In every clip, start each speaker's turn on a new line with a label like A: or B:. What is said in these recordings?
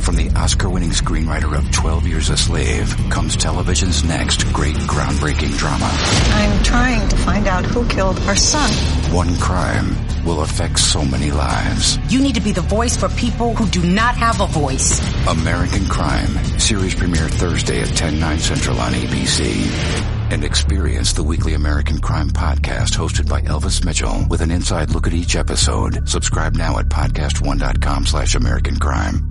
A: From the Oscar-winning screenwriter of 12 Years a Slave comes television's next great groundbreaking drama.
B: I'm trying to find out who killed our son.
A: One crime will affect so many lives.
C: You need to be the voice for people who do not have a voice.
A: American Crime, series premiere Thursday at 10, 9 central on ABC. And experience the weekly American Crime podcast hosted by Elvis Mitchell with an inside look at each episode. Subscribe now at podcast1.com slash American Crime.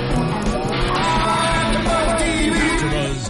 D: AfterBuzz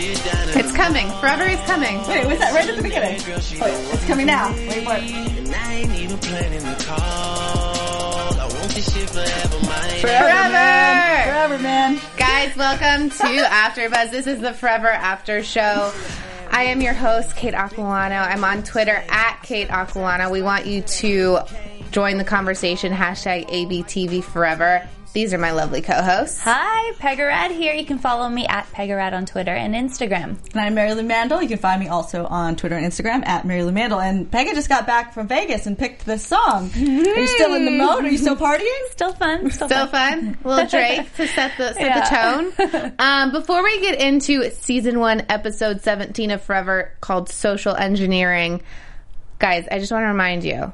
E: It's coming. Forever is coming. Wait, was that right at the beginning? Oh, yeah. It's coming now. Wait, what? Forever!
F: Forever, man.
E: Guys, welcome to AfterBuzz. This is the Forever After Show. I am your host, Kate Aquilano. I'm on Twitter at Kate Aquilano. We want you to join the conversation, hashtag ABTV Forever. These are my lovely co-hosts.
G: Hi, Pegarad here. You can follow me at Pegarad on Twitter and Instagram.
F: And I'm Mary Lou Mandel. You can find me also on Twitter and Instagram at Mary Lou Mandel. And Pega just got back from Vegas and picked this song. Are you still in the mode? Are you still partying?
G: Still fun. Still,
E: So fun. Little Drake to set the set the tone. Um, before we get into season one, episode seventeen of Forever called Social Engineering, guys, I just want to remind you.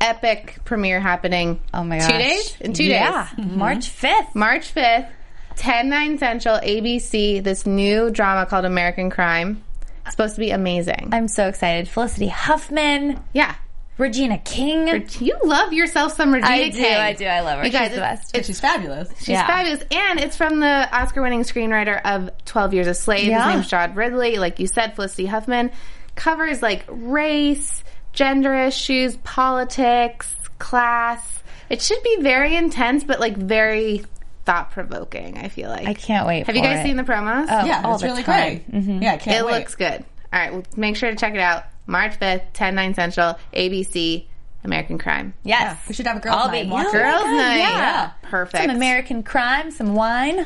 E: Epic premiere happening.
G: Oh my
E: Two
G: gosh.
E: days? In two
G: Yeah,
E: days.
F: Mm-hmm.
G: March 5th.
E: March 5th, 10, 9 Central, ABC, this new drama called American Crime. It's supposed to be amazing.
G: I'm so excited. Felicity Huffman,
E: yeah.
G: Regina King.
E: You love yourself some Regina
G: I do,
E: King.
G: I do. I love her.
E: You guys,
G: She's the
E: it's-
G: best.
E: it's
F: She's fabulous.
E: She's fabulous. And it's from the Oscar winning screenwriter of 12 Years a Slave.
G: Yeah.
E: His name's Jod Ridley. Like you said, Felicity Huffman covers like race, gender issues, politics, class. It should be very intense, but like very thought provoking, I feel like.
G: I can't wait.
E: Have you
G: for
E: guys
G: it. Oh,
E: seen the promos?
F: yeah,
G: all
F: it's
G: the
F: really
G: time. Mm-hmm.
F: great. Yeah, I can't
E: it
F: wait.
E: looks good. All right, well, make sure to check it out. March 5th, 10, 9 Central, ABC, American Crime.
G: Yes.
F: We should have a girls'
G: I'll
F: night.
G: be-
F: Walk
G: Yeah.
F: around.
E: Girls'
G: God,
E: night.
G: yeah.
E: Perfect.
G: Some American crime, some wine.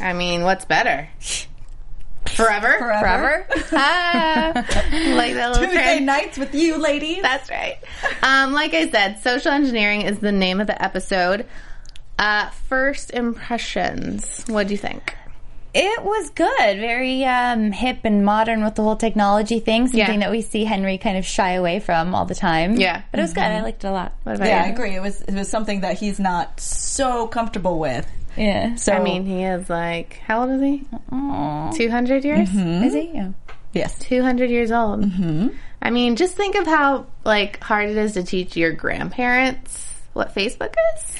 E: I mean, what's better? Forever?
G: Forever.
E: Ah, like that little
F: Tuesday
E: train.
F: nights with you, ladies.
E: That's right. Um, like I said, social engineering is the name of the episode. Uh, first impressions. What do you think?
G: It was good. Very um, hip and modern with the whole technology thing. Something
E: Yeah.
G: that we see Henry kind of shy away from all the time.
E: Yeah. Mm-hmm.
G: But it was good. I liked it a lot.
E: What about
F: yeah, I
E: you?
F: agree. It was it was something that he's not so comfortable with.
G: Yeah.
F: So
E: I mean, he is like, how old is he?
F: Mm-hmm.
E: 200 years?
G: Is he? Yeah.
F: yes,
E: 200 years old.
F: Mm-hmm.
E: I mean, just think of how like hard it is to teach your grandparents what Facebook is.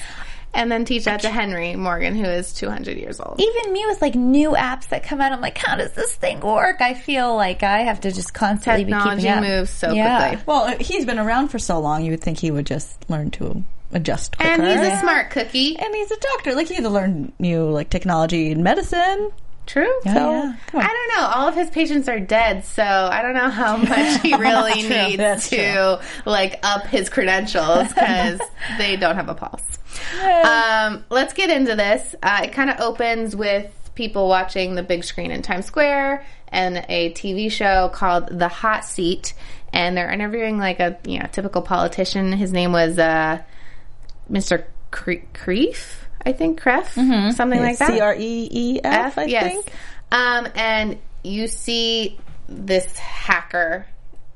E: And then teach that to Henry Morgan, who is 200 years old.
G: even me with like new apps that come out, I'm like, how does this thing work? I feel like I have to just constantly be
E: Technology
G: keeping up.
E: moves so
G: Yeah.
E: quickly.
F: well, uh, he's been around for so long. You would think he would just learn to adjust quicker.
E: And he's a smart cookie.
F: and he's a doctor. Like he had to learn new like technology and medicine.
E: True.
F: So, yeah. Come on.
E: I don't know. All of his patients are dead, so I don't know how much he really
F: True.
E: needs
F: That's
E: to like up his credentials because they don't have a pulse. Um, let's get into this. Uh, it kind of opens with people watching the big screen in Times Square and a TV show called The Hot Seat, and they're interviewing like a you know typical politician. His name was uh, Mr. Cre- Creef, I think Creff, something like that.
F: Mm-hmm. C R E E F. I
E: Yes.
F: think.
E: Um, and you see this hacker,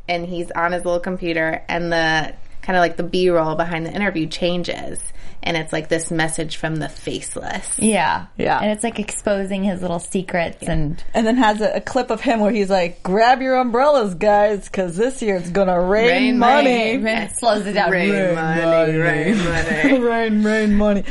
E: and he's on his little computer, and the kind of like the B roll behind the interview changes, and it's like this message from the faceless.
G: Yeah.
F: Yeah.
G: And it's like exposing his little secrets and
F: and then has a, a clip of him where he's like, "Grab your umbrellas, guys, because this year it's gonna rain,
E: Rain,
F: money,
E: rain,
G: it slows it down.
E: Rain money, rain money.
F: rain, rain, money."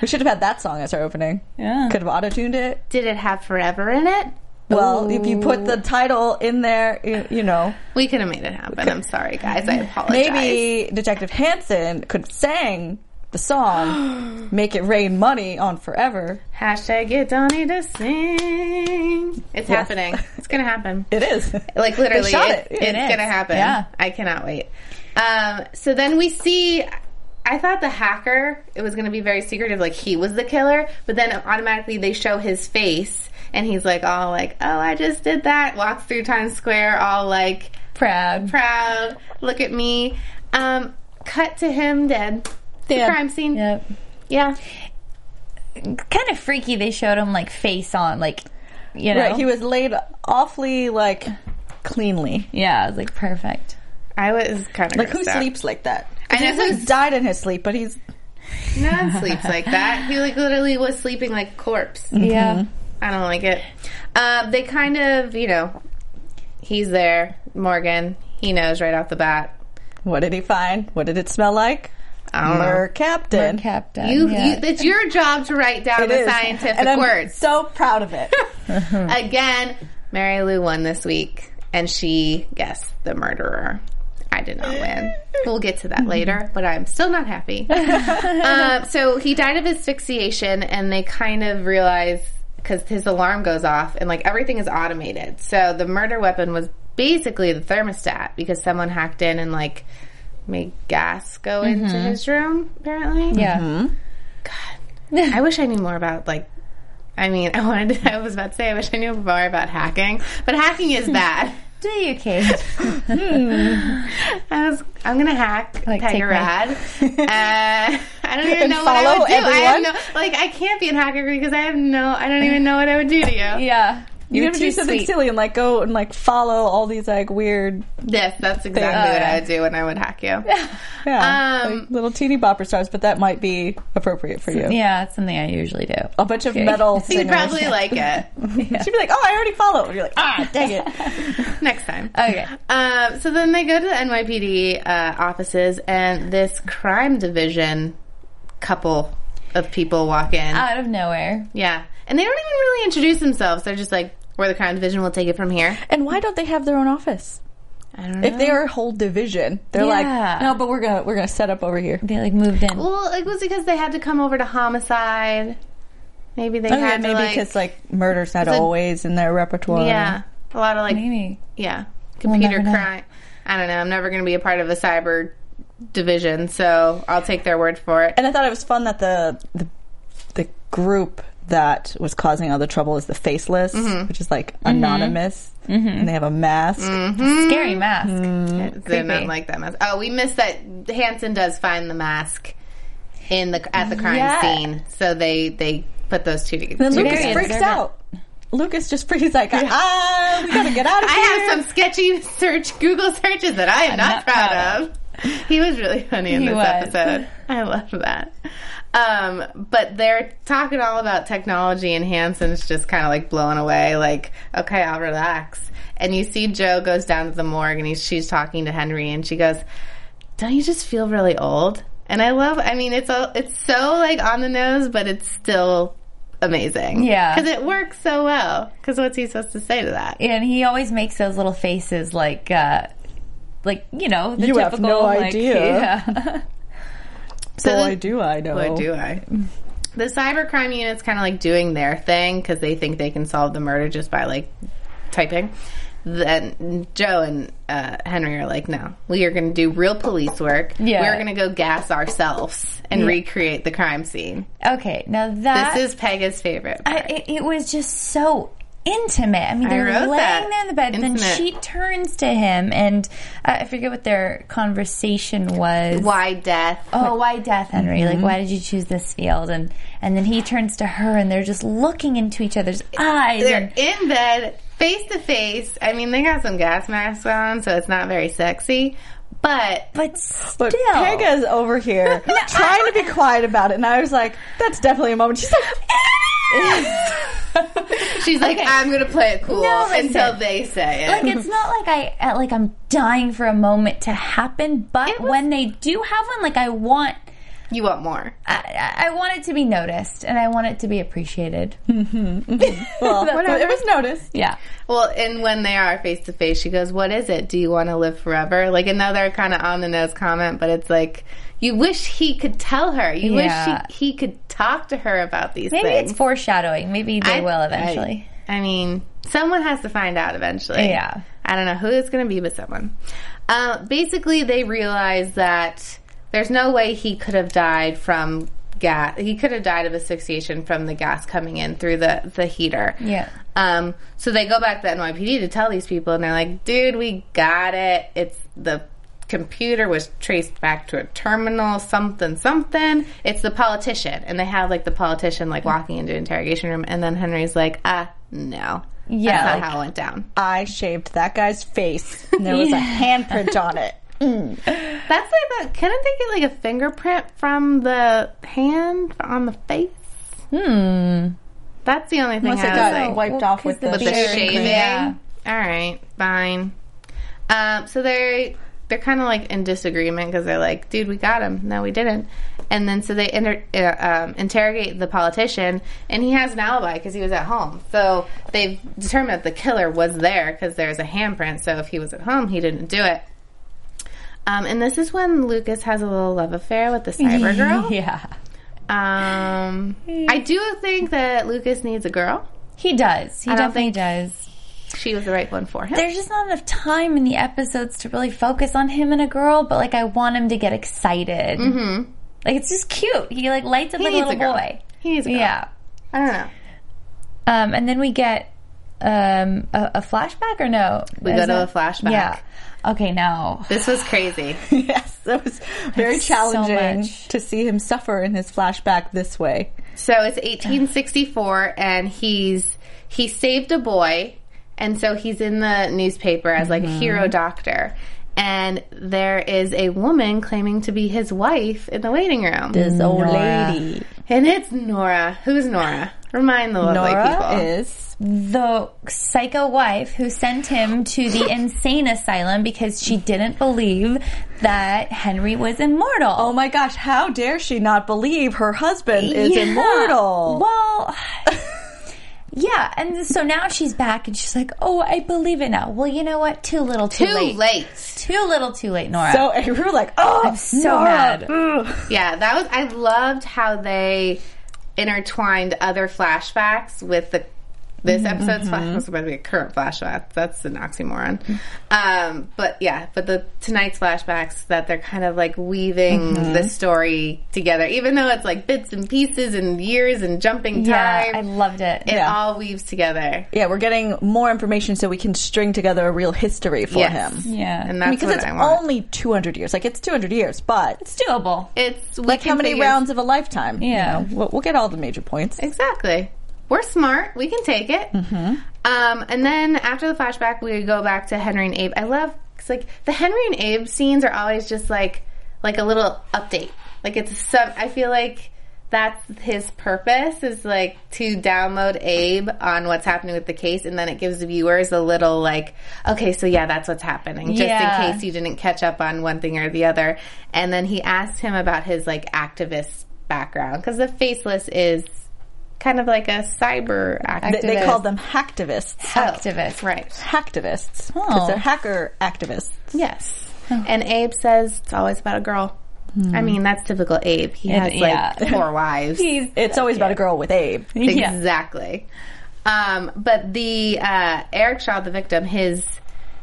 F: We should have had that song as our opening.
G: Yeah.
F: Could have auto tuned it.
E: Did it have forever in it?
F: Well, if you put the title in there, you, you know,
E: We could have made it happen. I'm sorry, guys. I apologize.
F: maybe Detective Hansen could sing the song "Make It Rain Money" on forever.
E: Hashtag get Donnie to sing. It's happening. It's gonna happen.
F: It is
E: Like literally,
F: they shot
E: it-
F: it.
E: it's
F: It is.
E: gonna happen.
G: Yeah.
E: I cannot wait. Um, so then we see. I thought the hacker. It was gonna be very secretive, like he was the killer. But then automatically they show his face, and he's like all like, "Oh, I just did that." Walks through Times Square, all like
G: Proud.
E: proud. Look at me. Um, cut to him dead. The crime scene.
G: Yep.
E: Yeah.
G: Kind of freaky. They showed him like face on, like you know.
F: right. He was laid awfully like cleanly.
G: yeah, it was like perfect.
E: I was kind of
F: Like who sleeps like that?
E: I know
F: He's like
E: who's-
F: died in his sleep, but he's
E: No one sleeps like that. He like literally was sleeping like a corpse.
G: Mm-hmm. Yeah.
E: I don't like it. Um, they kind of, you know, he's there, Morgan. He knows right off the bat.
F: What did he find? What did it smell like?
E: I don't
F: Mer Captain.
G: Captain.
E: know. You,
G: yeah.
E: you, it's your job to write down
F: It
E: the
F: is.
E: scientific
F: and I'm
E: words.
F: So proud of it.
E: Again, Mary Lou won this week, and she guessed the murderer. I did not win. We'll get to that later, but I'm still not happy. um, so he died of asphyxiation, and they kind of realize because his alarm goes off, and like everything is automated. So the murder weapon was basically the thermostat because someone hacked in and like made gas go into his room. Apparently,
G: yeah.
E: I wish I knew more about like. I mean, I wanted. I was about to say I wish I knew more about hacking, but hacking is bad.
G: Do you, Kate?
E: I was. I'm gonna hack
G: Like,
E: like,
G: take my-
E: Pegarad. uh, I don't even
F: And
E: know what I
F: follow
E: would do. I have
F: everyone?
E: no. Like I can't be a hacker because I have no. I don't even know what I would do to you.
G: yeah.
F: You
G: You're
F: have to do
G: too
F: something
G: sweet.
F: silly and like go and like follow all these like weird
E: Yes, that's exactly what I would do when I would hack you.
F: yeah,
E: Um,
F: like, little teeny bopper stars, but that might be appropriate for you.
G: Yeah, it's something I usually do.
F: A bunch of metal singers.
E: You'd probably like it
F: She'd be like, "Oh, I already follow." And you're like, "Ah, dang it!"
E: next time.
G: Okay.
E: Um, so then they go to the NYPD uh, offices, and this crime division couple of people walk in.
G: Out of nowhere.
E: yeah, and they don't even really introduce themselves. They're just like, "We're the crime division. We'll take it from here."
F: and why don't they have their own office?
E: I don't know.
F: If they are a whole division, they're
G: Yeah.
F: like, "No, but we're gonna we're gonna set up over here."
G: They like moved in.
E: Well, it was because they had to come over to homicide. Maybe they
F: Okay,
E: had
F: Oh, maybe
E: to, like,
F: because like, murder's not
E: a-
F: always in their repertoire.
E: yeah, a lot of like
G: Maybe.
E: yeah, computer
G: never know.
E: crime. I don't know. I'm never going to be a part of a cyber division, so I'll take their word for it.
F: And I thought it was fun that the the, the group that was causing all the trouble is the Faceless, which is like anonymous, and they have a mask.
G: Scary mask.
E: Did not
G: creepy.
E: like that mask. Oh, we missed that. Hanson does find the mask in the at the crime
G: Yeah.
E: scene, so they they put those two together.
F: And
E: two
F: Lucas
E: together.
G: Very
F: freaks
G: observant.
F: out. Oh, Lucas just freaks he's like, ah, we gotta get out of
E: I
F: here.
E: have some sketchy search Google searches that I am not,
G: not
E: proud,
G: proud
E: of. He was really funny in
G: He
E: this
G: was.
E: episode. I love that. Um, but they're talking all about technology, and Hanson's just kind of like blown away. Like, okay, I'll relax. And you see Joe goes down to the morgue, and he's, she's talking to Henry, and she goes, "Don't you just feel really old?" And I love. I mean, it's all, it's so like on the nose, but it's still amazing.
G: Yeah.
E: because it works so well. Because what's he supposed to say to that?
G: And he always makes those little faces like uh like, you know, the
F: You have
G: typical
F: no
G: like,
F: idea.
G: Yeah.
E: So
F: Boy,
E: the-
F: do I know.
E: Boy, do I. The cybercrime unit's kind of like doing their thing because they think they can solve the murder just by like typing. Then Joe and uh, Henry are like, no, we are going to do real police work.
G: Yeah.
E: We're going to go gas ourselves and recreate the crime scene.
G: okay, now that
E: this is Pega's favorite.
G: I, it, it was just so intimate. I mean, they're
E: wrote
G: laying
E: that.
G: there in the bed,
E: Intimate.
G: then she turns to him, and uh, I forget what their conversation was.
E: Why death?
G: Oh, why death, Henry? Like, why did you choose this field? And and then he turns to her, and they're just looking into each other's eyes.
E: They're
G: and
E: in bed, face to face. I mean, they got some gas masks on, so it's not very sexy. But
G: but still,
F: But Pega's over here trying to be quiet about it, and I was like, "That's definitely a moment." She's like,
E: she's like,
G: Okay.
E: I'm going to play it cool
G: No, listen.
E: until they say it.
G: like it's not like I uh, like I'm dying for a moment to happen, but when they do have one, like I want.
E: You want more.
G: I, I- I want it to be noticed and I want it to be appreciated.
F: Well, it was noticed.
G: Yeah.
E: Well, and when they are face to face, she goes, What is it? Do you want to live forever? Like another kind of on the nose comment, but it's like, You wish he could tell her. You
G: Yeah.
E: wish he, he could talk to her about these
G: Maybe
E: things.
G: it's foreshadowing. Maybe they
E: I-
G: will eventually.
E: I, I mean, someone has to find out eventually.
G: Yeah.
E: I don't know who it's going to be, but someone. Uh, basically, they realize that there's no way he could have died from gas. He could have died of asphyxiation from the gas coming in through the, the heater.
G: Yeah.
E: Um, so they go back to NYPD to tell these people, and they're like, dude, we got it. It's the computer was traced back to a terminal, something, something. It's the politician. And they have like the politician like walking into interrogation room, and then Henry's like, uh, no.
G: Yeah,
E: That's
G: like-
E: not how it went down.
F: I shaved that guy's face. And there was a handprint on it.
E: That's like the, couldn't they get like a fingerprint from the hand on the face?
G: Hmm.
E: That's the only thing
F: Unless it
E: I
F: got
E: was like,
F: wiped
G: Well,
F: off
G: 'cause
F: with the,
E: with the
G: Very
E: shaving.
G: clean. Yeah.
E: All right, fine. Um, so they they're kind of like in disagreement because they're like, "Dude, we got him. No, we didn't." And then so they inter- uh, um, interrogate the politician, and he has an alibi because he was at home. So they've determined that the killer was there because there's a handprint. So if he was at home, he didn't do it. Um, and this is when Lucas has a little love affair with the cyber girl.
G: Yeah.
E: Um, I do think that Lucas needs a girl.
G: He does. He
E: don't
G: definitely does.
E: She was the right one for him.
G: There's just not enough time in the episodes to really focus on him and a girl, but like I want him to get excited. Mm-hmm. Like it's just cute. He like lights up like a
E: needs
G: little
E: a girl.
G: boy.
E: He needs a girl.
G: Yeah.
E: I don't know.
G: Um, and then we get um, a, a flashback or no?
E: We go to a flashback.
G: Yeah. Okay, now
E: This was crazy.
F: Yes, that was very
G: so
F: challenging
G: much.
F: to see him suffer in his flashback this way.
E: So it's 1864, and he's he saved a boy, and so he's in the newspaper as like a hero doctor. And there is a woman claiming to be his wife in the waiting room,
F: This old
G: Nora.
F: lady.
E: and it's Nora. Who's Nora? Remind the lovely
F: Nora
E: people.
F: is
G: the psycho wife who sent him to the insane asylum because she didn't believe that Henry was immortal.
F: Oh my gosh, how dare she not believe her husband is
G: Yeah.
F: immortal?
G: Well, yeah, and so now she's back and she's like, "Oh, I believe it now." Well, you know what? Too little, too,
E: Too
G: late.
E: late.
G: too little, too late, Nora.
F: So and we were like, oh,
G: I'm so
F: Nora.
G: mad.
E: Yeah, that was. I loved how they intertwined other flashbacks with the
F: Mm-hmm,
E: this episode's flashback was supposed to be a current flashback. That's an oxymoron. Um, but yeah, but the tonight's flashbacks that they're kind of like weaving
F: Mm-hmm.
E: the story together, even though it's like bits and pieces and years and jumping
G: Yeah,
E: time.
G: I loved it.
E: it
F: yeah.
E: all weaves together.
F: Yeah, we're getting more information so we can string together a real history for
E: Yes.
F: him.
G: Yeah,
E: And that's
F: because
E: what
F: it's
E: I want.
F: only 200 years. Like, it's 200 years, but
G: it's doable.
E: it's we
F: like
E: can
F: how many
E: figure-
F: rounds of a lifetime? you
G: Yeah.
F: know? we'll, we'll get all the major points.
E: Exactly. We're smart. We can take it. Um, and then after the flashback, we go back to Henry and Abe. I love it's like the Henry and Abe scenes are always just like like a little update. Like it's some. I feel like that's his purpose is like to download Abe on what's happening with the case, and then it gives the viewers a little like, okay, so yeah, that's what's happening, just
G: Yeah.
E: in case you didn't catch up on one thing or the other. And then he asked him about his like activist background because the faceless is kind of like a cyber activist.
F: They, they called them hacktivists.
G: Activist,
E: right.
F: Hacktivists. Because
G: Oh.
F: they're hacker activists.
E: Yes. And Abe says it's always about a girl. I mean, that's typical Abe. He has
G: Hmm. yeah.
E: like four wives.
F: It's always about a girl with Abe.
G: Yeah.
E: Exactly. Um, but the uh, Eric Shaw, the victim, his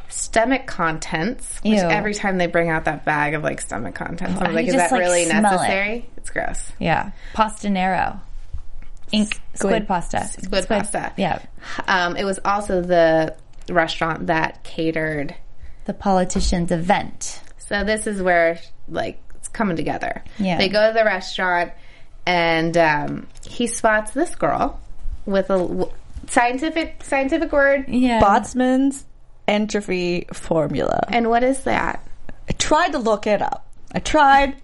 E: stomach contents, which
G: Ew. Oh,
E: every time they bring out that bag of like stomach contents, I'm
G: you
E: like, is
G: just,
E: that
G: like,
E: really
G: smell it.
E: necessary? It's gross.
G: Yeah, pasta nero, ink squid, pasta,
E: Squid pasta.
G: Yeah,
E: Um, it was also the restaurant that catered.
G: the politician's event.
E: So this is where like it's coming together.
G: Yeah.
E: They go to the restaurant and um, he spots this girl with a w- scientific scientific word.
G: Yeah,
F: Botsman's entropy formula.
E: And what is that?
F: I tried to look it up. I tried.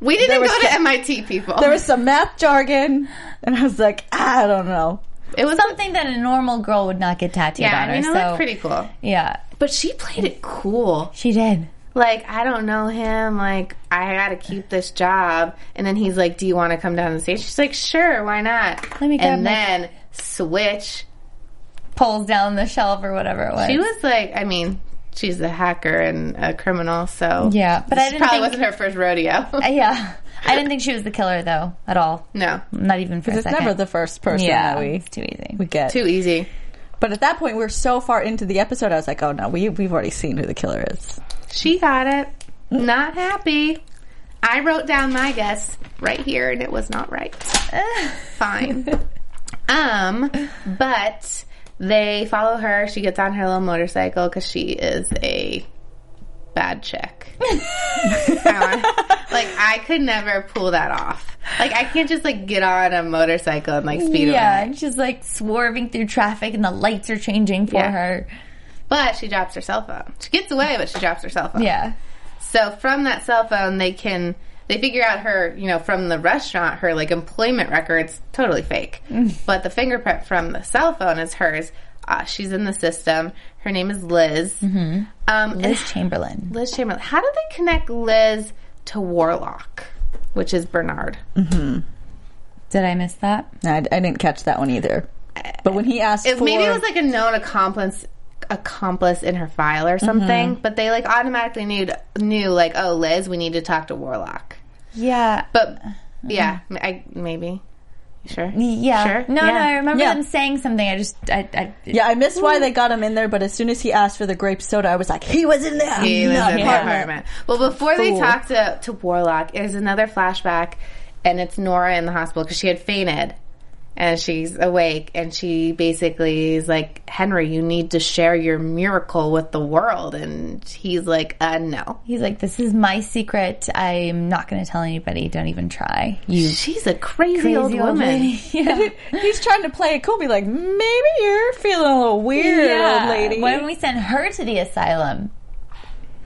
E: We didn't
F: There was
E: go to
F: some-
E: MIT people.
F: There was some math jargon, and I was like, I don't know.
E: it was
G: something that a normal girl would not get tattooed
E: yeah,
G: on
E: I mean,
G: her.
E: it
G: so
E: looked pretty cool.
G: yeah,
E: But she played it cool.
G: she did.
E: like I don't know him. Like I got to keep this job." And then he's like, "Do you want to come down to the stage?" She's like, "Sure, why not?"
G: Let me grab
E: and
G: my-
E: then switch.
G: Pulls down the shelf or whatever it was.
E: She was like, I mean, she's a hacker and a criminal, so
G: Yeah, but I
E: this
G: didn't
E: probably
G: think-
E: wasn't her first rodeo.
G: Uh, yeah, I didn't think she was the killer though at all.
E: no,
G: Not even for a
F: It's
G: second.
F: never the first person
G: yeah,
F: that we
G: it's too easy.
F: we get.
E: too easy.
F: But at that point, we are so far into the episode, I was like, oh no, we we've already seen who the killer is.
E: She got it. Not happy. I wrote down my guess right here and it was not right. Fine. Um, but they follow her. She gets on her little motorcycle because she is a bad chick. like I could never pull that off. Like I can't just like get on a motorcycle and like speed
G: yeah,
E: away.
G: and she's like swerving through traffic, and the lights are changing for
E: Yeah.
G: her.
E: But she drops her cell phone. She gets away, but she drops her cell phone.
G: Yeah,
E: So from that cell phone, they can they figure out her, you know, from the restaurant, her like employment records totally fake, but the fingerprint from the cell phone is hers. Uh, she's in the system. Her name is Liz. Um,
G: Liz
E: And
G: Chamberlain.
E: Liz Chamberlain. How do they connect Liz to Warlock, which is Bernard?
G: Did I miss that?
F: I, I didn't catch that one either. But when he asked
E: It-
F: for,
E: maybe it was like a known accomplice accomplice in her file or something, but they like automatically knew knew like, oh, Liz, we need to talk to Warlock.
G: Yeah,
E: But yeah, I, maybe. You Sure.
G: yeah.
E: Sure.
G: No, no,
E: Yeah.
G: I remember
F: Yeah.
G: them saying something. I just, I, I
F: yeah, I missed
E: Hmm.
F: why they got him in there. But as soon as he asked for the grape soda, I was like, he was in there.
E: He lives in the
F: apartment.
E: apartment. Well, before they
F: Fool.
E: talk to, to Warlock, there's another flashback, and it's Nora in the hospital because she had fainted. And she's awake, and she basically is like, Henry, you need to share your miracle with the world. And he's like, uh, no.
G: He's like, this is my secret. I'm not going to tell anybody. Don't even try. You
E: She's a crazy,
G: crazy
E: old,
G: old
E: woman.
G: lady. Yeah.
F: He's trying to play it cool, be like, maybe you're feeling a little weird, old lady.
G: Why don't we send her to the asylum?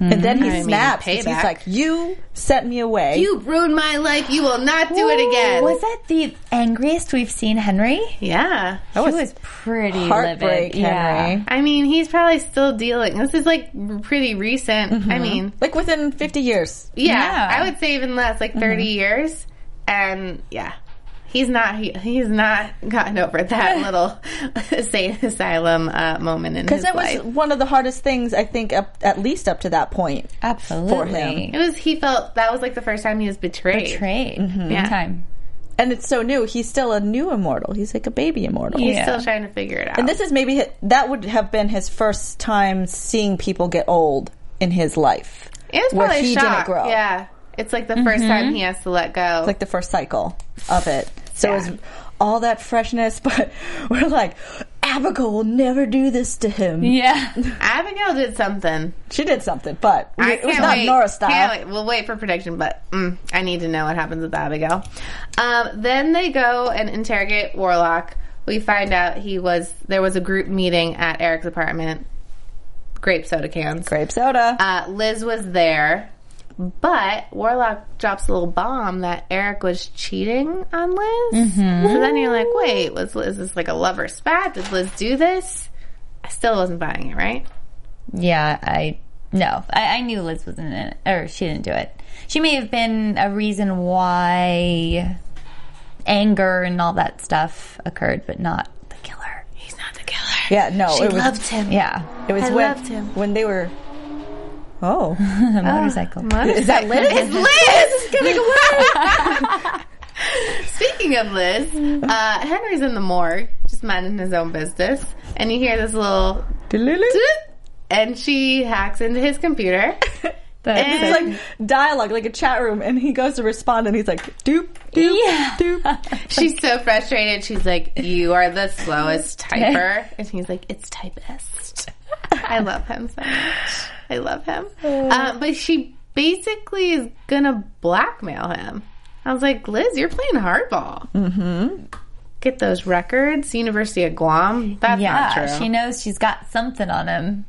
F: And then he
E: mean,
F: snaps. 'cause
E: payback.
F: he's like, you sent me away.
E: You ruined my life. You will not do it again.
G: Was that the angriest we've seen Henry?
E: yeah.
G: That was, pretty livid.
F: heartbreak,
G: Yeah.
F: Henry.
E: I mean, he's probably still dealing. This is like pretty recent.
F: Mm-hmm.
E: I mean,
F: Like within 50 years.
E: Yeah,
G: Yeah.
E: I would say even less, like
F: Mm-hmm.
E: 30 years. And yeah, he's not he, he's not gotten over that little insane asylum uh, moment in his
F: Because that
E: life.
F: was one of the hardest things, I think, up, at least up to that point.
E: Uh,
G: Absolutely.
F: him.
E: It was he felt that was like the first time he was betrayed.
G: Betrayed. Big
E: Yeah.
G: time.
F: And it's so new. He's still a new immortal. He's like a baby immortal.
E: He's
G: Yeah.
E: still trying to figure it out.
F: And this is maybe hi- that would have been his first time seeing people get old in his life.
E: it was
F: where
E: probably
F: he
E: a
F: didn't
E: shock.
F: grow. Mm-hmm.
E: Yeah. It's like the 1st time he has to let go.
F: like the first cycle of it. So it was all that freshness, but we're like, Abigail will never do this to him.
G: Yeah.
E: Abigail did something.
F: She did something, but
E: I
F: it was
E: can't
F: not
E: wait.
F: Nora
E: Can't
F: style.
E: wait. We'll wait for prediction, but mm, I need to know what happens with Abigail. Um, then they go and interrogate Warlock. We find out he was there was a group meeting at Eric's apartment. Grape soda cans.
F: Grape soda.
E: Uh, Liz was there, but Warlock drops a little bomb that Eric was cheating on Liz.
F: Mm-hmm.
E: So then you're like, wait, was Liz this like a lover spat? Did Liz do this? I still wasn't buying it, right?
G: Yeah, I no, I, I knew Liz wasn't in it, or she didn't do it. She may have been a reason why anger and all that stuff occurred, but not the killer.
E: He's not the killer.
F: yeah, no, it was
E: him.
G: Yeah,
F: it was
E: I
F: when
E: loved him.
F: when they were Oh.
G: a motorcycle.
E: Is that Liz? It's Liz! Speaking of Liz, uh, Henry's in the morgue, just minding his own business, and you hear this little toot, and she hacks into his computer.
G: That's
E: And
F: It's like dialogue, like a chat room, and he goes to respond and he's like, doop, doop,
G: Yeah.
F: doop.
E: she's so frustrated. She's like, You are the slowest typer. And he's like, It's typist. I love him so much. I love him. Uh, but she basically is going to blackmail him. I was like, Liz, you're playing hardball. Mm-hmm. Get those records, University of Guam. That's not
G: yeah,
E: true.
G: she knows she's got something on him.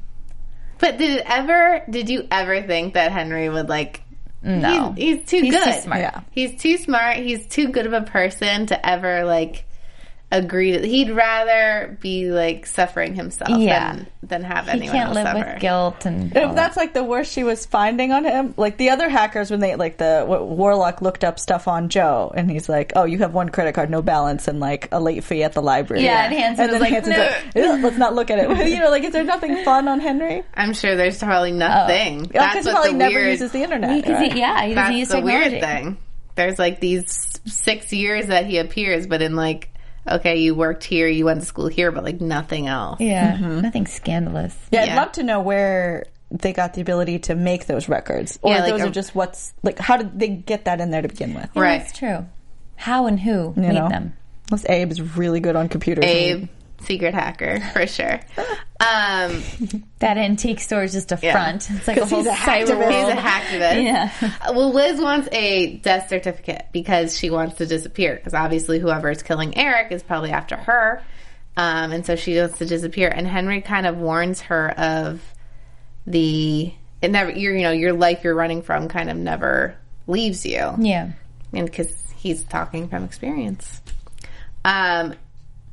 E: but did it ever? Did you ever think that Henry would like?
G: No.
E: he's, he's too
G: He's too
E: good.
G: smart.
F: Yeah.
E: He's too smart. He's too good of a person to ever like agree to. He'd rather be like suffering himself
G: Yeah.
E: than, than have
G: He
E: anyone
G: can't
E: else
G: live
E: suffer.
G: with guilt and. all
F: If that's like the worst she was finding on him, like the other hackers when they like the what, warlock looked up stuff on Joe, and he's like, "Oh, you have one credit card, no balance, and like a late fee at the library."
G: Yeah, and Hanson was like,
F: Hanson's "Ugh, "Let's not look at it." you know, like is there nothing fun on Henry?
E: I'm sure there's
G: Oh.
E: probably nothing.
F: Because
E: That's
F: he
E: what
F: probably
E: the
F: never
E: weird.
F: uses the internet.
G: that. 'Cause
F: right?
G: he- yeah, he doesn't
E: that's
G: use
E: the
G: technology.
E: weird thing. There's like these six years that he appears, but in like, okay, you worked here, you went to school here, but like nothing else.
G: Yeah, nothing scandalous.
F: yeah, I'd
E: Mm-hmm. yeah.
F: love to know where they got the ability to make those records, or
E: Yeah, like
F: those
E: a-
F: are just what's like. How did they get that in there to begin with?
G: Yeah,
E: Right.
G: That's true. How and who made
F: know.
G: them?
F: Unless Abe's really good on computers.
E: Abe, secret hacker, for sure. Um,
G: That antique store is just a front. It's like a
F: 'Cause
G: whole
F: he's a
G: cyber
F: hacktivist.
E: he's
G: world.
E: a hacktivist. Uh,
G: Yeah.
E: Well, Liz wants a death certificate because she wants to disappear. Because obviously, whoever is killing Eric is probably after her, um, and so she wants to disappear. And Henry kind of warns her of the it never you're, you know your life you're running from kind of never leaves you.
G: Yeah.
E: and because he's talking from experience. Um,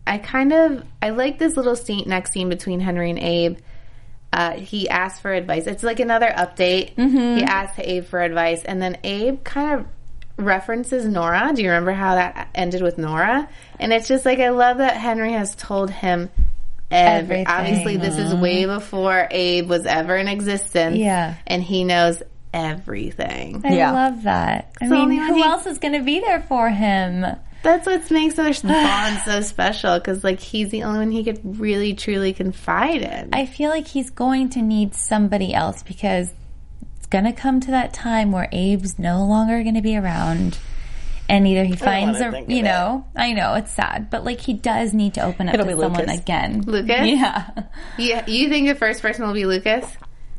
E: I kind of I like this little scene next scene between Henry and Abe. Uh, he asks for advice. It's like another update.
G: Mm-hmm.
E: He asks Abe for advice, and then Abe kind of references Nora. Do you remember how that ended with Nora? And it's just like I love that Henry has told him. Every,
G: Everything. Mm-hmm.
E: obviously, this is way before Abe was ever in existence.
G: Yeah.
E: and he knows everything.
G: I
F: Yeah.
G: love that. I
E: the
G: mean,
E: only one
G: who
E: he-
G: else is going to be there for him?
E: That's what makes their bond so special because, like, he's the only one he could really truly confide in.
G: I feel like he's going to need somebody else because it's going to come to that time where Abe's no longer going to be around. And either he finds a, you know, I know it's sad, but like he does need to open up
F: It'll
G: to
F: be
G: someone
F: Lucas.
G: again.
E: Lucas?
G: Yeah.
E: you, you think the first person will be Lucas?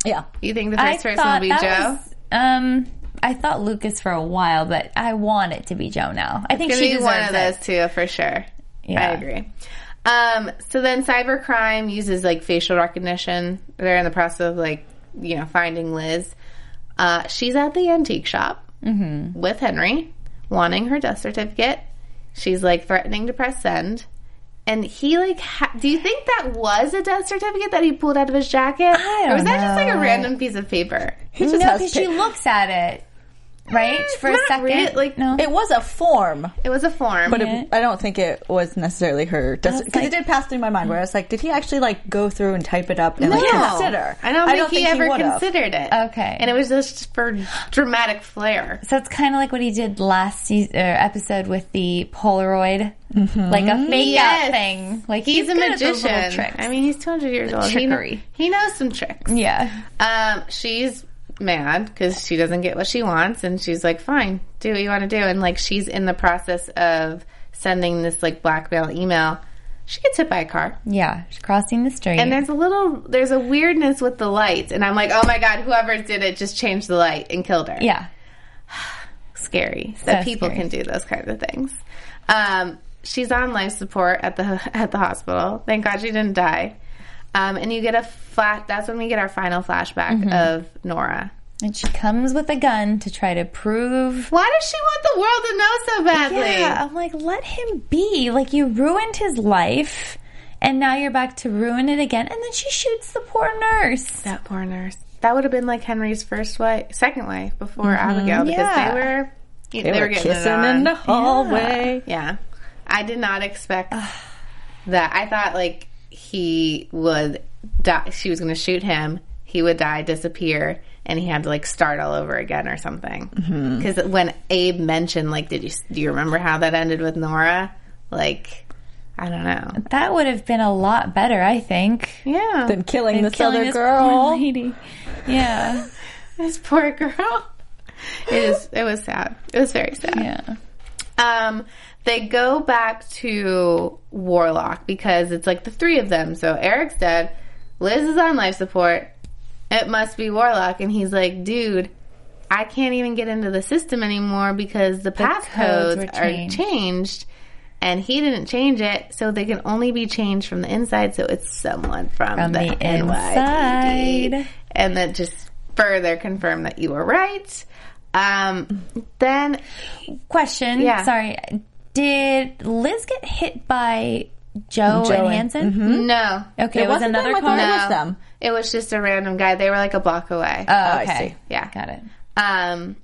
F: Yeah.
E: You think the first person will be
G: that
E: Joe?
G: was- um, I thought Lucas for a while, but I want it to be Joe now. I think
E: Gonna
G: she
E: be
G: deserves
E: one of
G: it.
E: those two for sure.
G: Yeah.
E: I agree. Um, so then, cybercrime uses like facial recognition. They're in the process of like you know finding Liz. Uh, she's at the antique shop with Henry, wanting her death certificate. She's like threatening to press send. And he like, ha- do you think that was a death certificate that he pulled out of his jacket,
G: I
E: or was
G: don't
E: that just like a
G: know.
E: random piece of paper?
F: He just
G: No,
F: has
G: because
F: pa-
G: she looks at it, right?
E: Eh,
G: For a
E: not
G: second,
E: really, like,
G: no.
F: It was a form,
E: It was a form,
F: but it, I don't think it was necessarily her. Because
G: That's like-
F: it did pass through my mind, where I was like, did he actually like go through and type it up and like,
E: No.
F: consider?
E: I don't think he ever
F: would've.
E: considered it.
G: Okay.
E: And it was just for dramatic flair.
G: so it's kind of like what he did last season, er, episode with the Polaroid, like a
E: Mm-hmm.
G: fake
E: Yes.
G: out thing. Like
E: He's, a
G: good at those little
E: magician.
G: tricks.
E: I mean, he's 200 years old.
G: trickery.
E: He, he knows some tricks.
G: yeah,
E: Um, she's mad because she doesn't get what she wants, and she's like, "Fine, do what you want to do." And like, she's in the process of sending this like blackmail email. She gets hit by a car,
G: yeah. She's crossing the street.
E: and there's a little, there's a weirdness with the lights, and I'm like, "Oh my god, whoever did it just changed the light and killed her."
G: yeah,
E: scary that
G: So
E: people
G: scary.
E: can do those kinds of things. Um, she's on life support at the at the hospital. Thank God she didn't die. Um, and you get a flat. That's when we get our final flashback
G: Mm-hmm.
E: of Nora.
G: and she comes with a gun to try to prove
E: Why does she want the world to know so badly?
G: Yeah, I'm like, let him be. Like, you ruined his life, and now you're back to ruin it again. And then she shoots the poor nurse.
E: That poor nurse. That would have been like Henry's first wife, second wife before Abigail, because
G: Mm-hmm. Yeah.
E: they were they,
F: They were
E: getting it
F: kissing
E: on.
F: in the hallway.
E: Yeah. I did not expect that. I thought like he would die. She was going to shoot him. He would die, disappear, and he had to like start all over again or something. Because when Abe mentioned like, did you do you remember how that ended with Nora? Like, I don't know.
G: That would have been a lot better, I think.
E: Yeah,
F: Then killing
G: than
F: this
G: killing
F: other
G: this
F: girl.
G: poor lady. Yeah,
E: this poor girl. It is. It was sad. It was very sad.
G: yeah.
E: Um, they go back to Warlock because it's like the three of them. So Eric's dead, Liz is on life support. It must be Warlock, and he's like, dude, I can't even get into the system anymore because the
G: codes
E: passcodes
G: were
E: are
G: changed.
E: changed. And he didn't change it, so they can only be changed from the inside. So it's someone from,
G: From
E: the,
G: the
E: NYPD.
G: inside.
E: and that just further confirmed that you were right. Um, then
G: Question.
E: Yeah.
G: Sorry. Did Liz get hit by Joe, and
F: Joe and-
G: Hanson?
E: Mm-hmm. No.
G: Hmm? Okay, it, was
F: wasn't
G: another
F: them, I
G: car.
F: thought it
E: No.
F: was them.
E: It was just a random guy. They were like a block away.
G: Oh,
F: I
G: okay.
F: see.
E: yeah.
G: Got it.
E: Um,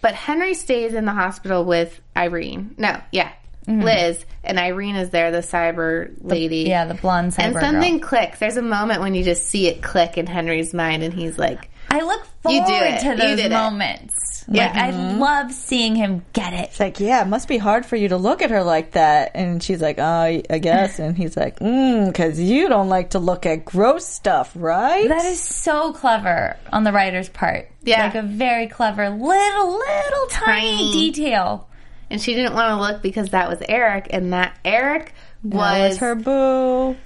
E: but Henry stays in the hospital with Irene. No, yeah, Liz and Irene is there, the cyber lady.
G: Yeah, Mm-hmm. the blonde cyber
E: and something
G: girl.
E: clicks. There's a moment when you just see it click in Henry's mind, and he's like,
G: I look
E: You
G: forward
E: do it.
G: to
E: You
G: those
E: did it.
G: moments.
E: Yeah. Mm-hmm.
G: Like, I love seeing him get it.
F: It's like, yeah, it must be hard for you to look at her like that. And she's like, oh, I I guess. And he's like, mm, because you don't like to look at gross stuff, right?
G: That is so clever on the writer's part.
E: Yeah.
G: Like a very clever little, little tiny,
E: Tiny.
G: detail.
E: and she didn't want to look because that was Eric, and that Eric was,
F: That was her boo.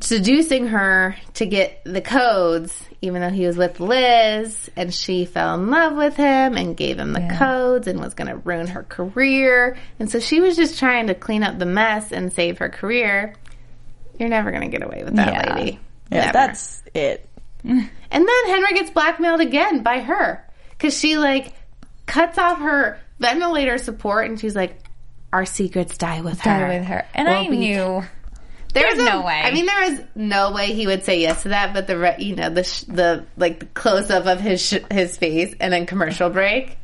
E: seducing her to get the codes, even though he was with Liz, and she fell in love with him and gave him the codes and was going to ruin her career. And so she was just trying to clean up the mess and save her career. You're never going to get away with that
G: Yeah.
E: lady.
F: Yeah,
E: Never.
F: that's it.
E: And then Henry gets blackmailed again by her because she like cuts off her ventilator support, and she's like, "Our secrets die with her."
G: with her. And I
E: we-
G: knew.
E: There's
G: There's
E: a-
G: no way.
E: I mean, there is no way he would say yes to that. But the re- you know the sh- the like close up of his sh- his face and then commercial break.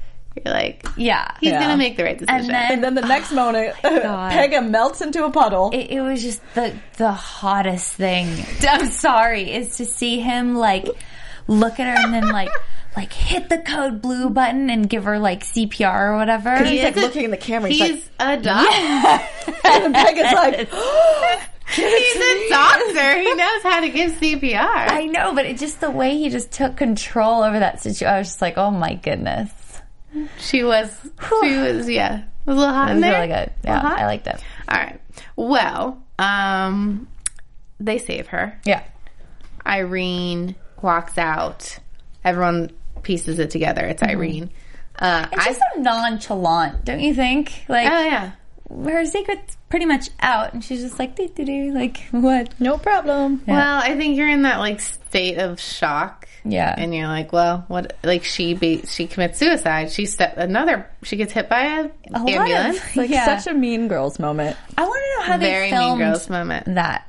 E: You're like,
G: Yeah.
E: he's
F: Yeah.
E: gonna make the right decision.
G: And then,
F: And then the next moment,
G: Oh God.
F: Pega melts into a puddle.
G: it, it was just the the hottest thing. I'm sorry, is to see him like look at her and then like like hit the code blue button and give her like CPR or whatever.
F: he's like
E: He's a-
F: looking in the camera. He's,
E: He's a doctor.
F: like, and Pega's like,
E: He's a doctor. He knows how to give CPR.
G: I know, but it just the way he just took control over that situation. I was just like, oh my goodness,
E: she was. She was. Yeah, it was a little hot
G: it
E: in
G: was
E: there.
G: really good. Yeah,
E: Uh-huh.
G: I liked it.
E: All right. Well, um, they save her.
G: Yeah,
E: Irene walks out. Everyone pieces it together. It's Irene. Uh,
G: Mm-hmm. and she's so nonchalant, don't you think? Like
E: Oh yeah.
G: her secret's pretty much out, and she's just like, doo doo doo, like what?
F: no problem.
E: Well, I think you're in that like state of shock.
G: Yeah.
E: And you're like, well, what? Like she be she commits suicide. She set another. She gets hit by a,
G: lot of-
E: ambulance.
F: Like
G: Yeah.
F: such a mean girls moment.
G: I want to know how
E: Very
G: they filmed
E: mean girls moment.
G: that.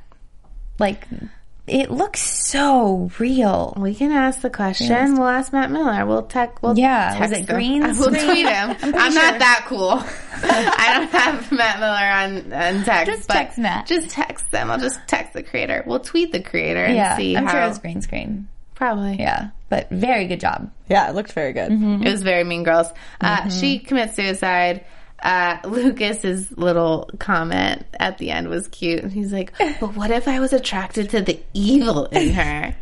G: Like, it looks so real.
E: We can ask the question. We'll ask Matt Miller. We'll tech. We'll
G: Yeah,
E: text
G: was it
E: him.
G: green
E: I will
G: screen?
E: tweet him. I'm,
G: pretty
E: not
G: sure.
E: that cool. I don't have Matt Miller on, on text.
G: Just
E: but
G: text Matt.
E: Just text them. I'll just text the creator. We'll tweet the creator and
G: Yeah,
E: see
G: I'm
E: how.
G: sure it was green screen.
E: Probably.
G: Yeah, but very good job.
F: Yeah, it looked very good.
G: Mm-hmm.
E: It was very Mean Girls. Uh, She commits suicide. Uh, Lucas's little comment at the end was cute. And he's like, but what if I was attracted to the evil in her? And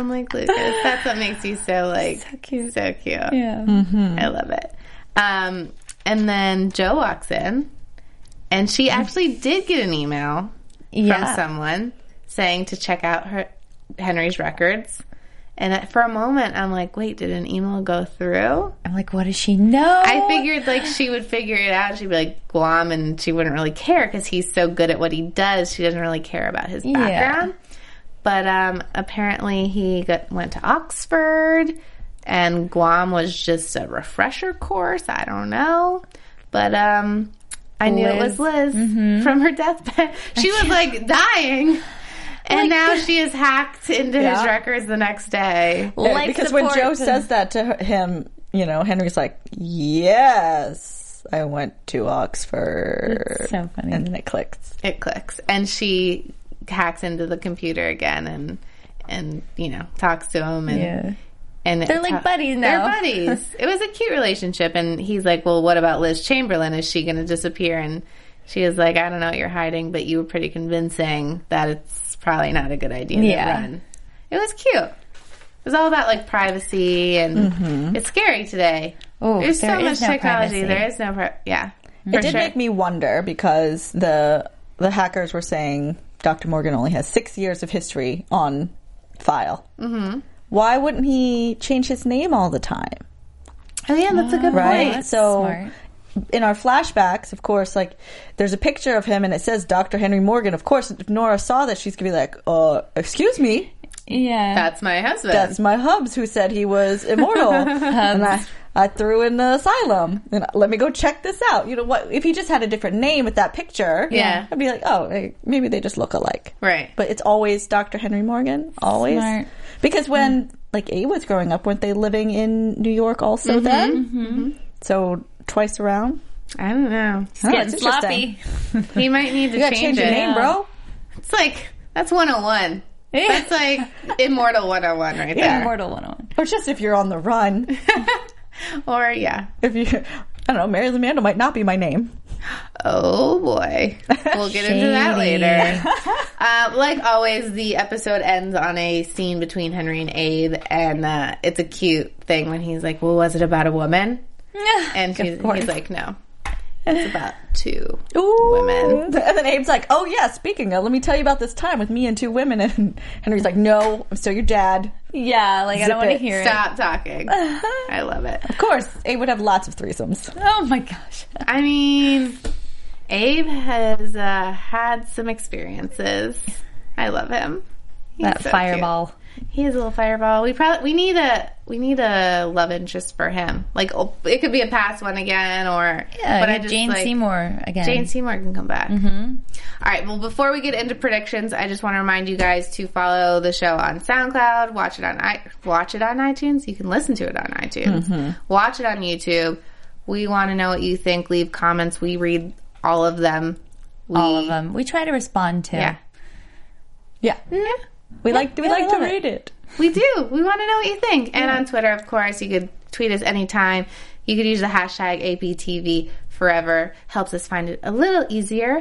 E: I'm like, Lucas, that's what makes you so like, so cute. So cute.
G: Yeah.
E: I love it. Um, and then Joe walks in and she actually did get an email from
G: Yeah.
E: someone saying to check out her Henry's records. And at- for a moment, I'm like, wait, did an email go through?
G: I'm like, what does she know?
E: I figured like she would figure it out. She'd be like Guam, and she wouldn't really care because he's so good at what he does. She doesn't really care about his background. But um, apparently, he got, went to Oxford, and Guam was just a refresher course. I don't know, but um, I knew it was Liz from her deathbed. She was like dying. And now she is hacked into his
F: Yeah.
E: records the next day.
F: Yeah,
G: Like
F: because when
G: support
F: Joe
G: and-
F: says that to her- him, you know, Henry's like, yes, I went to Oxford.
G: It's so funny.
F: And then it clicks.
E: it clicks and she hacks into the computer again and and you know talks to him and
G: Yeah.
E: and
G: They're like buddies now.
E: they're buddies it was a cute relationship and he's like well what about liz chamberlain is she going to disappear and she is like i don't know what you're hiding but you were pretty convincing that it's probably not a good idea
G: Yeah.
E: to run it was cute it was all about like privacy and it's scary today
G: Mm-hmm. Oh,
E: there's
G: there
E: so
G: is
E: much
G: no
E: technology
G: privacy.
E: there is no pri- yeah
F: it did make me wonder because the the hackers were saying Dr. Morgan only has six years of history on file. Mm-hmm. Why wouldn't he change his name all the time?
E: oh yeah that's a good
F: right?
E: point
F: so
G: smart.
F: in our flashbacks, of course, like there's a picture of him and it says Dr. Henry Morgan. Of course, if Nora saw this, she's gonna be like, "Uh, excuse me."
G: Yeah.
E: That's my husband.
F: That's my hubs who said he was immortal. and I, I threw in the asylum. And let me go check this out. You know what? If he just had a different name with that picture,
E: Yeah.
F: I'd be like, oh, like, maybe they just look alike.
E: Right.
F: But it's always Dr. Henry Morgan. Always.
G: Smart.
F: Because when,
E: Mm-hmm.
F: like, A was growing up, weren't they living in New York also
E: Mm-hmm.
F: then? So twice around?
E: I don't know.
F: Oh,
G: Getting
F: it's interesting.
G: sloppy.
E: He might need to
F: You gotta
E: change,
F: change,
E: it.
F: your name, bro.
E: It's like that's 101. That's like immortal 101 right there.
G: Immortal 101.
F: Or just if you're on the run.
E: Or yeah.
F: if you, I don't know, Mary Lou Mandel might not be my name.
E: Oh boy. We'll get into that later. Uh, like always, the episode ends on a scene between Henry and Abe, and uh, it's a cute thing when he's like, "Well, was it about a woman?" And she's, he's like, "No, it's about two.
F: Ooh.
E: Women.
F: And then Abe's like, oh, yeah, speaking of, let me tell you about this time with me and two women. And Henry's like, no, I'm still your dad.
G: Yeah, like I
F: Zip
G: don't want to
F: it.
G: hear it.
E: Stop talking." I love it.
F: Of course, Abe would have lots of threesomes.
G: Oh my gosh.
E: I mean, Abe has uh, had some experiences. I love him. He's
G: That
E: so
G: fireball.
E: cute. He is a little fireball. We probably we need a we need a love interest for him. Like oh, it could be a past one again, or
G: Uh, Yeah,
E: but I
G: get
E: just,
G: Jane
E: like-
G: Seymour again.
E: Jane Seymour can come back.
G: Mm-hmm.
E: All right. Well, before we get into predictions, I just want to remind you guys to follow the show on SoundCloud, watch it on i watch it on iTunes. You can listen to it on iTunes,
G: Mm-hmm.
E: watch it on YouTube. We want to know what you think. Leave comments. We read all of them. We-
G: All of them. We try to respond to.
E: Yeah.
F: Yeah.
E: Mm-hmm.
F: We like, we
G: Yeah,
F: like
G: I
F: to
G: love it.
F: read it.
E: We do. We want to know what you think. And on Twitter, of course, you could tweet us anytime. You could use the hashtag APTV forever. Helps us find it a little easier.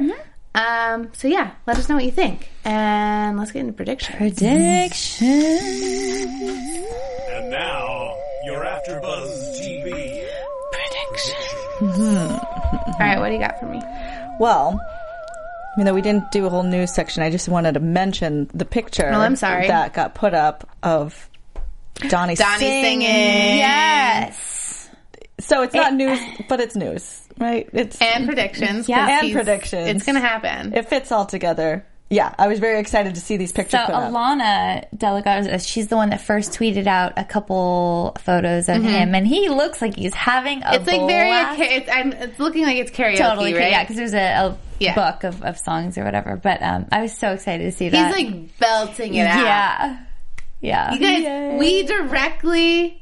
E: Um, so yeah, let us know what you think. And let's get into predictions.
G: Prediction.
D: And now, your AfterBuzz TV
E: All right, what do you got for me?
F: Well, even though we didn't do a whole news section, I just wanted to mention the picture
E: Oh, I'm sorry.
F: that got put up of Donnie,
E: Donnie singing.
G: Yes.
F: So it's not news, but it's news, right? It's
E: And predictions. 'cause
G: Yeah.
F: And
E: he's-
F: predictions.
E: It's going to happen.
F: It fits all together. Yeah, I was very excited to see these
G: So
F: pictures put up.
G: Alana Delgado, uh, she's the one that first tweeted out a couple photos of him, and he looks like he's having a
E: Mm-hmm. it's like very,
G: blast.
E: okay, it's, I'm, it's looking like it's karaoke,
G: totally
E: right?
G: yeah because there's a, a
E: Yeah.
G: book of, of songs or whatever but um i was so excited to see
E: He's
G: that
E: like belting it out.
G: yeah yeah
E: You guys, we directly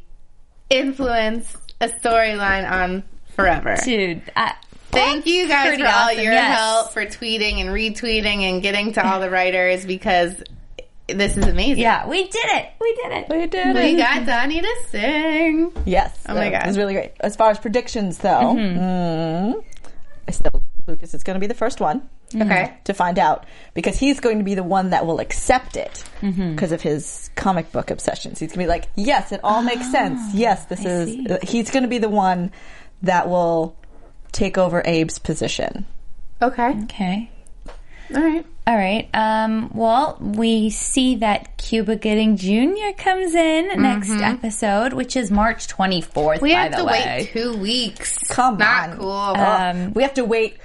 E: influenced a storyline on Forever.
G: dude I,
E: Thank you guys
G: pretty
E: for all
G: awesome,
E: your
G: yes.
E: help for tweeting and retweeting and getting to all the writers because this is amazing.
G: yeah we did it we did it
F: We did
E: We
F: it.
E: got Donnie to sing.
F: Yes. Oh
E: my
F: It
E: God. Mm-hmm.
F: was really great. As far as predictions, though, mm, I still, Lucas is going to be the first one
E: Okay.
F: to find out because he's going to be the one that will accept it because
E: Mm-hmm.
F: of his comic book obsessions. He's going to be like, yes, it all makes
E: Ah,
F: sense. Yes, this is. uh, He's going to be the one that will take over Abe's position.
E: Okay.
G: okay
E: All right.
G: all right um well we see that cuba gooding jr comes in next episode which is march 24th
E: Mm-hmm. We
G: by
E: have
G: the
E: to
G: way Uh,
E: wait two weeks.
F: Come
E: Not
F: on.
E: cool.
F: Um, we have to wait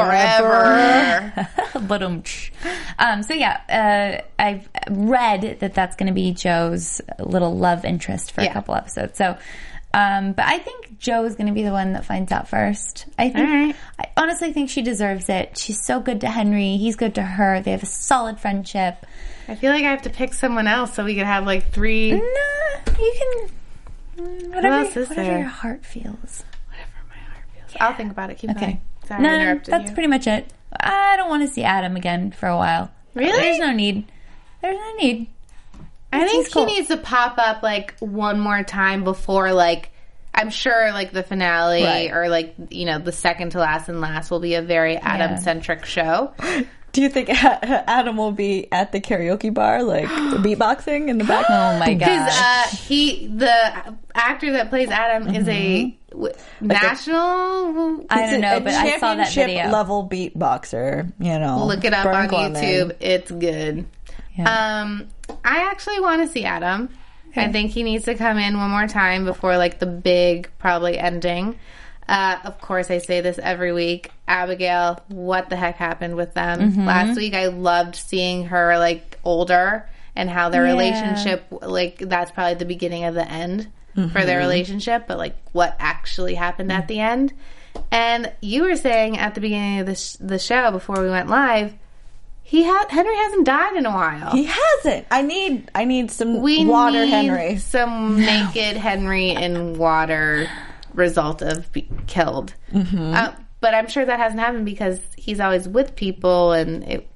E: Forever.
G: Ba-dum-tsh. um, so yeah, uh, I've read that that's going to be Joe's little love interest for
E: Yeah.
G: a couple episodes. So, um, but I think Joe is going to be the one that finds out first. I think,
E: Alright.
G: I honestly think she deserves it. She's so good to Henry. He's good to her. They have a solid friendship.
E: I feel like I have to pick someone else so we could have like three.
G: Nah, you can mm, whatever,
E: else is
G: whatever
E: there?
G: your heart feels.
E: I'll think about it. Keep
G: Okay.
E: going. Sorry, I
G: No,
E: interrupted
G: that's
E: you.
G: pretty much it. I don't want to see Adam again for a while.
E: Really?
G: There's no need. There's no need.
E: I think
G: He's cool.
E: he needs to pop up like one more time before like I'm sure like the finale
G: Right.
E: or like you know the second to last and last will be a very Adam centric show.
F: Do you think Adam will be at the karaoke bar, like beatboxing in the back?
G: Oh my god.
E: Because uh, he the actor that plays Adam is a w- national.
G: I don't know,
F: a
G: but I saw that
F: championship
G: video.
F: level beatboxer. You know,
E: Look it up
F: Brian
E: on
F: Gorman.
E: YouTube. It's good. Um, I actually want to see Adam. I think he needs to come in one more time before like the big probably ending. Uh, of course, I say this every week. Abigail, what the heck happened with them last week? I loved seeing her like older and how their
G: Yeah.
E: relationship like that's probably the beginning of the end for their relationship, but like what actually happened at the end. And you were saying at the beginning of the sh- the show before we went live, he had Henry hasn't died in a while.
F: He hasn't. I need. I need some
E: we
F: water,
E: need
F: Henry.
E: some naked Henry in water result of be killed. Uh, but I'm sure that hasn't happened because he's always with people, and it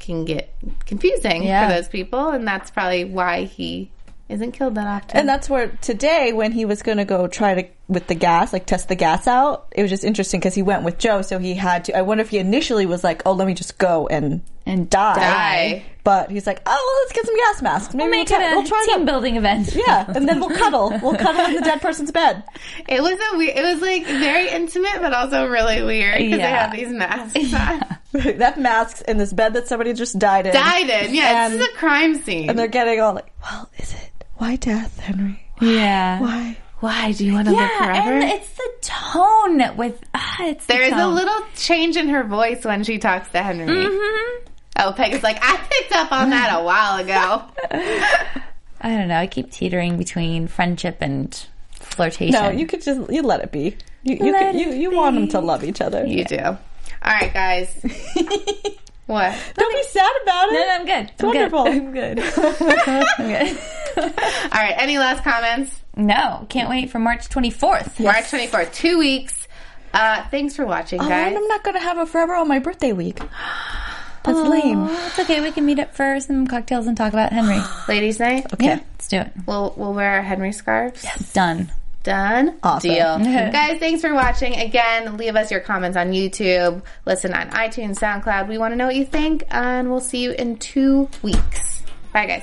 E: can get confusing
G: Yeah.
E: for those people, and that's probably why he isn't killed that often.
F: And that's where today, when he was going to go try to with the gas, like test the gas out, it was just interesting because he went with Joe, so he had to. I wonder if he initially was like, "Oh, let me just go and
G: And
F: die,",
E: die.
F: but he's like, "Oh, well, let's get some gas masks. Maybe
G: We'll make
F: we'll,
G: it
F: try-
G: a
F: we'll try
G: team
F: them."
G: building event.
F: Yeah, and then we'll cuddle. We'll cuddle in the dead person's bed.
E: it was a we- it was like very intimate, but also really weird because they
G: Yeah.
E: had these masks on.
F: that masks in this bed that somebody just died in.
E: Died in, yeah.
F: And-
E: this is a crime scene.
F: And they're getting all like, "Well, is it why death, Henry?
G: Yeah.
F: Why?"
E: Why do you want to live
G: Yeah,
E: forever?
G: and it's the tone with ah, it's the
E: there is a
G: tone.
E: little change in her voice when she talks to Henry.
G: Mhm.
E: Oh, Peg is like, I picked up on that a while ago.
G: I don't know. I keep teetering between friendship and flirtation.
F: No, you could just you let it be. You you
G: Let
F: could, you,
G: it
F: you want them to love each other.
E: You do. All right, guys. what?
F: Don't be sad about it.
G: No, no, I'm good.
F: It's
G: I'm good.
F: wonderful.
G: I'm good. I'm good.
E: All right, any last comments?
G: No, can't wait for March 24th.
E: March 24th, two weeks. Uh, thanks for watching,
F: Oh,
E: guys.
F: and I'm not gonna have a forever on my birthday week. That's lame.
G: Oh, it's okay. We can meet up for some cocktails and talk about Henry.
E: Ladies' night.
G: Yeah, let's do it.
E: We'll, we'll wear our Henry scarves.
G: Done.
E: Done.
F: Awesome.
E: Deal. guys, thanks for watching. Again, leave us your comments on YouTube. Listen on iTunes, SoundCloud. We want to know what you think, and we'll see you in two weeks. Bye, guys.